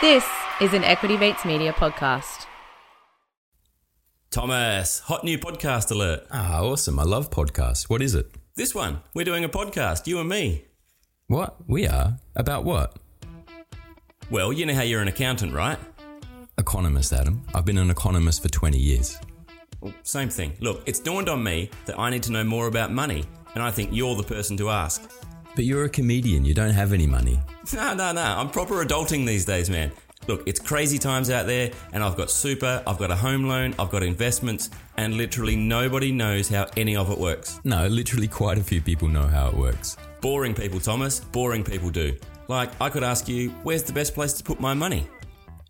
This is an Equity Beats Media podcast. Thomas, hot new podcast alert. Ah, awesome. I love podcasts. What is it? This one, we're doing a podcast, you and me. What? We are? About what? Well, you know how you're an accountant, right? Economist, Adam. I've been an economist for 20 years. Same thing. Look, it's dawned on me that I need to know more about money, and I think you're the person to ask. But you're a comedian. You don't have any money. No, no, no, I'm proper adulting these days, man. Look, it's crazy times out there, and I've got super, I've got a home loan, I've got investments, and literally nobody knows how any of it works. No, literally quite a few people know how it works. Boring people, Thomas, boring people do. Like, I could ask you, where's the best place to put my money?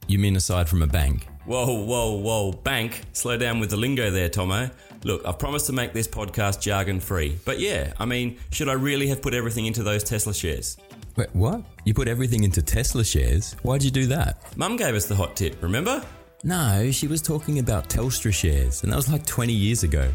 You mean aside from a bank? Whoa, whoa, whoa, bank. Slow down with the lingo there, Tomo. Look, I've promised to make this podcast jargon free. But yeah, I mean, should I really have put everything into those Tesla shares? Wait, what? You put everything into Tesla shares? Why'd you do that? Mum gave us the hot tip, remember? No, she was talking about Telstra shares, and that was like 20 years ago.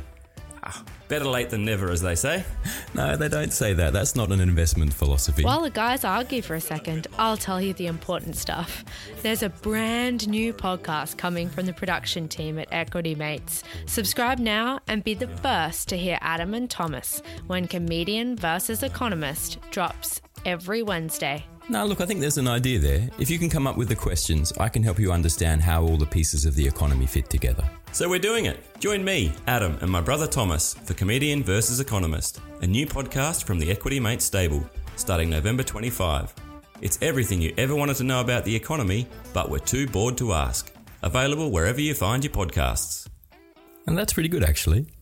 Ah, better late than never, as they say. No, they don't say that. That's not an investment philosophy. While the guys argue for a second, I'll tell you the important stuff. There's a brand new podcast coming from the production team at Equity Mates. Subscribe now and be the first to hear Adam and Thomas when Comedian versus Economist drops every Wednesday. No, look, I think there's an idea there. If you can come up with the questions, I can help you understand how all the pieces of the economy fit together. So we're doing it. Join me, Adam, and my brother Thomas for Comedian versus Economist, a new podcast from the Equity Mate stable, starting November 25. It's everything you ever wanted to know about the economy, but we're too bored to ask. Available wherever you find your podcasts. And that's pretty good, actually.